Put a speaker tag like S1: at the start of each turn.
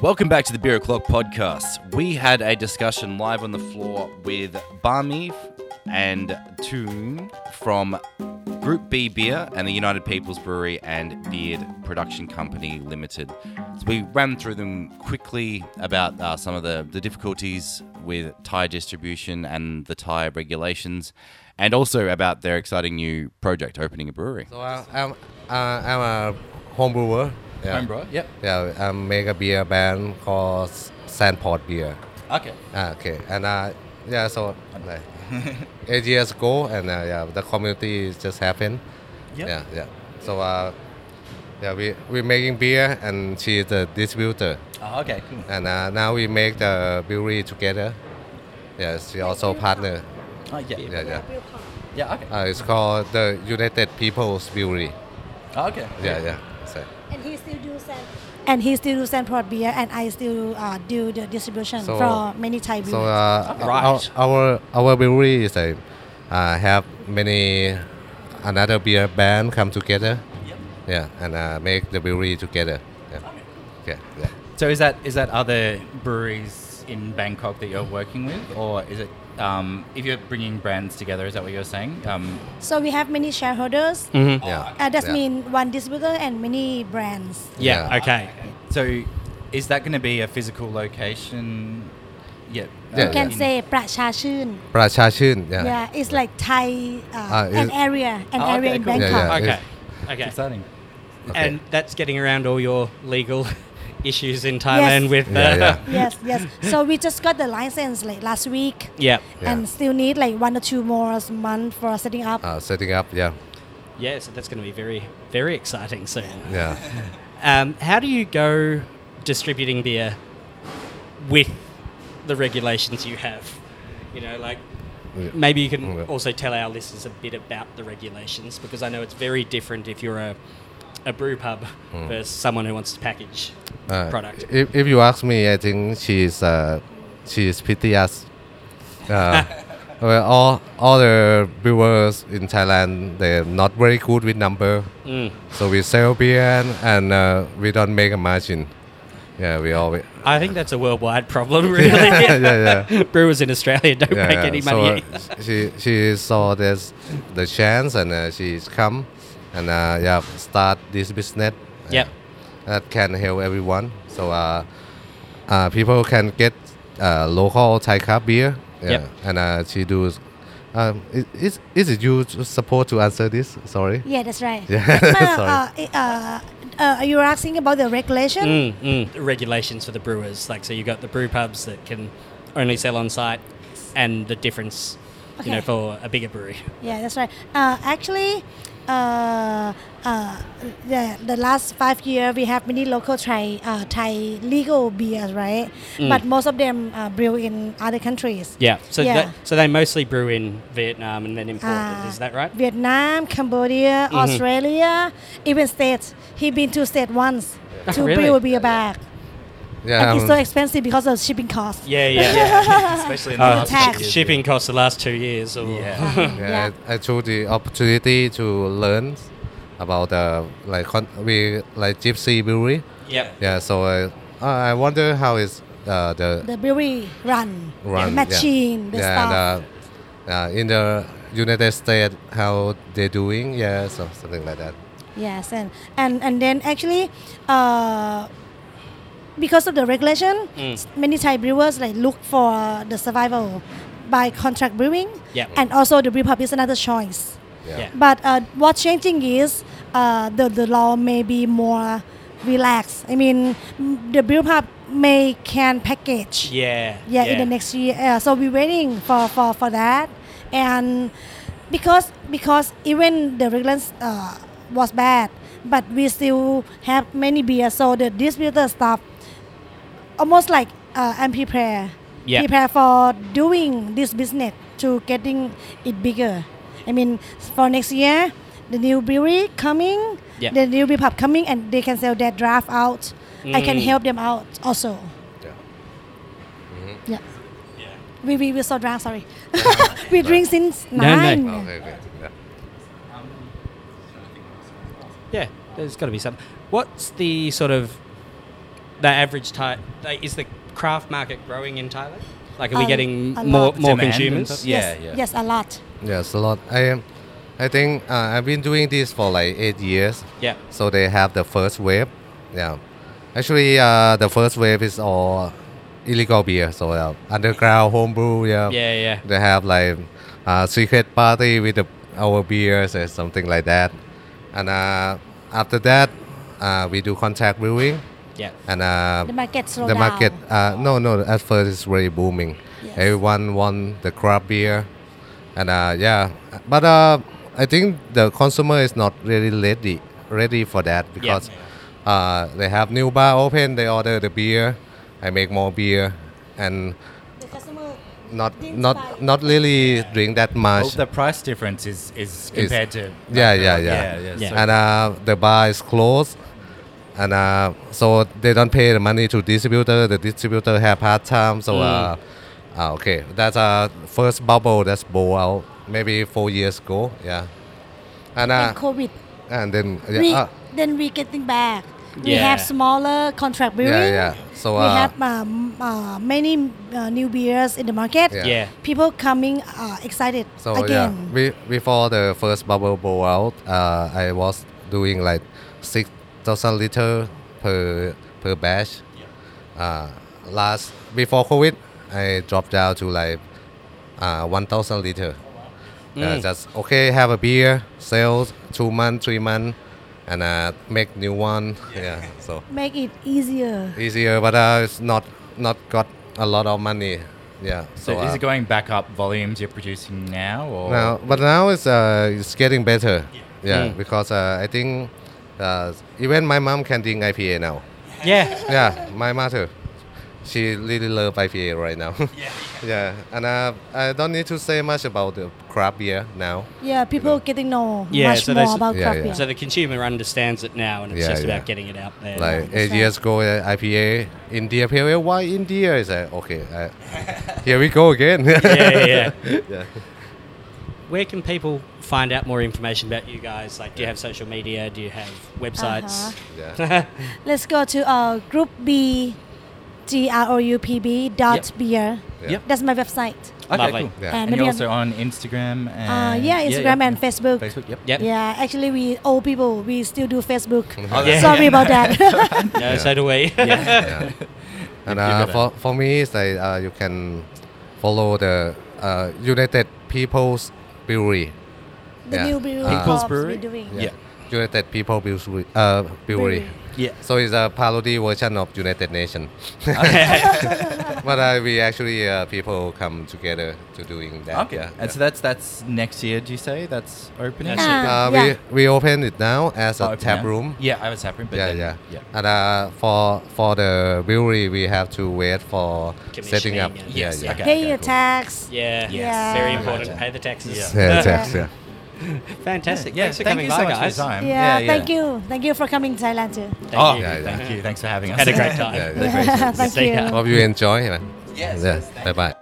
S1: Welcome back to the Beer O'Clock podcast. We had a discussion live on the floor with Barmy and Toon from Group B Beer and the United People's Brewery and Beard Production Company Limited. So we ran through them quickly about uh, some of the, the difficulties with Thai distribution and the Thai regulations, and also about their exciting new project opening a brewery.
S2: So I, I'm, uh, I'm a home brewer. Yeah.
S1: Homebrew, yep.
S2: Yeah, I make a beer brand called Sandport Beer.
S1: Okay.
S2: Ah, okay, and uh, yeah, so like, eight years ago, and uh, yeah, the community just happened.
S1: Yep.
S2: Yeah, yeah. So uh, yeah, we we're making beer, and she's the distributor,
S1: Oh, okay, cool.
S2: and uh, now we make the brewery together. Yeah, she also partner.
S1: Oh,
S2: Yeah, yeah.
S1: Yeah, okay.
S2: Uh, it's called the United People's Brewery.
S1: Oh, okay.
S2: Yeah, yeah. So,
S3: And he still do send. And he still do send port beer, and I still uh, do the distribution
S2: So-
S3: for many Thai beers.
S2: so uh,
S1: Okay.
S2: our,
S1: Right.
S2: our our brewery is like uh, have many another beer band come together.
S1: Yep.
S2: Yeah, and uh, make the brewery together. Yeah. Okay. Yeah.
S4: So is that is that other breweries in Bangkok that you're working with, or is it um, if you're bringing brands together? Is that what you're saying? Um,
S3: So we have many shareholders.
S5: Mm-hmm.
S2: Yeah.
S3: Uh, that
S2: Yeah.
S3: mean one distributor and many brands.
S2: Yeah, Yeah.
S4: Okay. So is that going to be a physical location? Yeah. Uh,
S2: Yeah,
S3: you can
S4: in-
S3: say Prachachun.
S2: Prachachun. Yeah.
S3: Yeah. it's like Thai, uh,
S2: Ah,
S3: an
S2: is-
S3: area, an
S4: Oh, okay,
S3: area in
S4: cool.
S2: Yeah,
S3: Bangkok.
S2: yeah.
S5: Okay.
S4: It's
S5: Okay.
S4: Exciting.
S2: Okay.
S5: And that's getting around all your legal issues in Thailand with uh,
S2: Yeah, yeah.
S3: yes, yes. So we just got the license like last week,
S5: yeah.
S2: Yeah.
S3: and still need like one or two more months for setting up.
S2: uh, setting up. Yeah.
S5: Yeah, so that's going to be very very exciting soon.
S2: Yeah.
S5: Um, how do you go distributing beer with the regulations you have? You know, like
S2: Yeah.
S5: maybe you can
S2: Oh, Yeah.
S5: also tell our listeners a bit about the regulations because I know it's very different if you're a a brew pub versus someone who wants to package
S2: Mm. Uh,
S5: product.
S2: If, if you ask me, I think she's uh, she's pity us. Uh, well, all all the brewers in Thailand they're not very good with number,
S5: Mm.
S2: so we sell beer and uh, we don't make a margin. Yeah, we always.
S5: I think that's a worldwide problem, really.
S2: yeah, yeah.
S5: Brewers in Australia don't
S2: yeah,
S5: make any
S2: so
S5: money.
S2: uh, she she saw this the chance and uh, she's come and uh, yeah start this business. uh,
S5: Yep.
S2: that can help everyone. So uh, uh, people can get uh, local Thai cup beer. Yeah,
S5: Yep.
S2: and uh, she does. Um, is, is is it you support to answer this? Sorry.
S3: yeah, that's right.
S2: Yeah,
S3: But,
S2: sorry.
S3: uh, it- uh, uh, you were asking about the regulation.
S5: Mm, mm. Regulations for the brewers, like so, you got the brew pubs that can only sell on site, and the difference, you know,
S3: Okay.
S5: for a bigger brewery.
S3: Yeah, that's right. Uh, actually, uh, uh, the, the last five year we have many local Thai uh, Thai legal beers, right? But most of them uh, brew in other countries.
S5: Mm. Yeah. So
S3: Yeah.
S5: That, so they mostly brew in Vietnam and then import
S3: Uh,
S5: it. Is that right? Mm-hmm.
S3: Vietnam, Cambodia, Australia, even states. He been to state once
S5: Oh,
S3: to
S5: really?
S3: brew a beer back,
S2: Yeah.
S3: and it's
S2: um,
S3: so expensive because of shipping costs.
S5: yeah, yeah. yeah.
S4: Especially in
S5: Uh,
S4: the last
S3: tax.
S4: few years.
S5: shipping costs the last two years. Or
S3: Uh,
S2: yeah, I, I took the opportunity to learn about uh, like con- we like gypsy brewery.
S5: Yep.
S2: Yeah. So I I wonder how is uh, the
S3: The brewery run,
S2: run
S3: the machine,
S2: yeah.
S3: the
S2: yeah, And,
S3: stuff.
S2: uh, uh, in the United States, how they doing? Yeah, so something like that.
S3: Yes, and and and then actually, uh, because of the regulation, s- many Thai brewers like look for the survival by contract brewing,
S5: Yep.
S3: and also the brew pub is another choice.
S2: Yeah.
S5: Yeah.
S3: But uh, what's changing is uh, the the law may be more relaxed. I mean, m- the brew pub may can package
S5: Yeah.
S3: yeah, in the next year. Uh, so we're waiting for, for, for that, and because because even the regulations uh, was bad, but we still have many beers. So the distributor stuff almost like uh, I'm prepare
S5: Yeah.
S3: prepare for doing this business to getting it bigger. I mean, for next year, the new brewery coming,
S5: Yeah.
S3: the new beer pub coming, and they can sell their draft out. I can
S5: Mm.
S3: help them out also.
S2: Yeah.
S3: Yeah. We, we, we're so drunk, sorry. we drink since
S5: No, no.
S3: nine.
S2: Oh, okay, okay. Yeah.
S5: Yeah, there's got to be some. What's the sort of the average Thai like, is the craft market growing in Thailand? Like, are we
S3: Um,
S5: getting
S3: a
S5: more
S3: lot.
S5: more
S4: Demand and
S5: consumers?
S4: stuff?
S3: yes,
S4: yeah.
S3: yes, a lot.
S2: Yes, a lot. I am. I think uh, I've been doing this for like eight years.
S5: Yeah.
S2: So they have the first wave. Yeah. Actually, uh, the first wave is all illegal beer. So uh, underground homebrew. Yeah.
S5: Yeah, yeah.
S2: They have like uh, secret party with the, our beers or something like that. And uh, after that, uh, we do contact brewing.
S5: Yeah.
S2: And uh,
S3: The market slow
S2: the
S3: down.
S2: market uh, no no at first it's very booming
S3: Yes.
S2: everyone want the craft beer and uh, yeah but uh, i think the consumer is not really ready ready for that because Uh, they have new bar open they order the beer i make more beer and
S3: The customer
S2: not
S3: didn't buy.
S2: not not really drink that
S4: Well,
S2: much
S4: the price difference is, is compared to
S2: yeah, yeah, yeah.
S4: yeah, yeah,
S5: Yeah.
S4: So
S2: and uh, the bar is closed and uh, so they don't pay the money to distributor the distributor have hard time so
S5: Mm.
S2: uh, uh, okay that's uh, first bubble that's blow out maybe four years ago yeah and uh,
S3: and COVID.
S2: and then
S3: we,
S2: yeah, uh,
S3: then we getting back. We
S5: Yeah.
S3: have smaller contract brewing.
S2: yeah yeah so
S3: we
S2: uh,
S3: have um, uh, many uh, new beers in the market.
S2: Yeah.
S5: Yeah.
S3: People coming uh, excited
S2: so
S3: again.
S2: yeah we, before the first bubble blow out uh, I was doing like six thousand liter per per batch uh, last before COVID, I dropped down to like uh, 1,000
S4: Oh,
S2: liter. Uh,
S4: Mm.
S2: just okay, have a beer, sales two month, three month, and uh, make new one. Yeah, so
S3: Make it easier.
S2: easier, but uh, it's not not got a lot of money. Yeah,
S4: So,
S2: so,
S4: is
S2: uh,
S4: it going back up volumes you're producing now, or
S2: now, but now it's uh, it's getting better. Yeah,
S5: Mm.
S2: because uh, I think uh, even my mom can drink IPA now.
S5: Yeah.
S2: yeah, my mother. She really love IPA right now. Yeah. yeah. And uh, I don't need to say much about the craft beer now.
S3: Yeah, people getting know
S5: Yeah,
S3: much
S5: so they
S3: more
S5: s-
S3: about
S2: Yeah,
S3: craft
S2: yeah.
S3: beer.
S5: So the consumer understands it now, and it's
S2: Yeah,
S5: just
S2: yeah.
S5: about getting it out there.
S2: Like eight
S3: understand.
S2: years ago, uh, IPA, India Pale Ale, why India? Is like, okay, uh, here we go again.
S5: yeah, yeah. yeah.
S2: Yeah.
S5: Where can people find out more information about you guys? Like, do you have social media? Do you have websites?
S3: Uh-huh.
S2: yeah.
S3: Let's go to uh, group B, G R O U P B dot
S5: Yep.
S3: beer.
S2: Yep.
S3: That's my website.
S4: Okay,
S5: Lovely.
S4: cool.
S2: Yeah.
S4: And
S3: maybe
S4: you're
S3: I'm-
S4: also on Instagram
S3: Uh,
S4: and
S3: yeah, Instagram and Facebook.
S4: Facebook. Yep.
S5: Yep.
S3: Yeah, actually, we old people we still do Facebook.
S4: Oh, yeah.
S3: Sorry about that.
S5: No, so do we.
S2: yeah. And
S4: You
S2: uh,
S4: got
S2: for, for me, it's like uh, you can follow the uh, United People's Brewery.
S3: the
S2: Yeah.
S3: new brew
S2: People's
S3: jobs
S4: Brewery?
S3: we're doing.
S4: Yeah.
S2: United People Brewery. Uh, brewery.
S3: Brewery.
S4: Yeah.
S2: So it's a parody version of United Nations. but uh, we actually uh, people come together to doing that.
S4: Okay.
S2: Yeah.
S4: And so
S2: yeah.
S4: that's that's next year. Do you say that's opening?
S5: That's
S3: Ah,
S2: uh,
S3: yeah.
S2: We we open it now as
S4: Oh,
S2: a
S4: open
S2: tap
S4: now?
S2: room.
S4: Yeah, I have a tap room. But
S2: yeah,
S4: then-
S2: yeah,
S4: yeah.
S2: And uh, for for the brewery, we have to wait for setting up.
S5: Commissioning and-
S2: Yeah,
S4: Yes,
S2: yeah,
S4: okay.
S3: Pay your
S2: cool.
S3: tax.
S5: Yeah.
S3: Yes.
S5: Very
S3: Yeah.
S5: important. Pay the taxes.
S2: yeah, tax, yeah.
S5: Fantastic.
S4: Yeah,
S5: Thanks for
S4: thank
S5: coming
S4: you
S5: by,
S4: so much for
S5: guys.
S4: your time.
S3: Yeah, thank you. Thank you for coming to Thailand too.
S5: Thank
S4: Oh,
S5: you.
S2: Yeah, yeah.
S4: thank you. Thanks for having us.
S5: Had a great time.
S2: Yeah, yeah.
S3: Thank
S5: See
S3: you.
S5: ya.
S2: Hope you enjoy. Yes. yes Dạ. bye bye.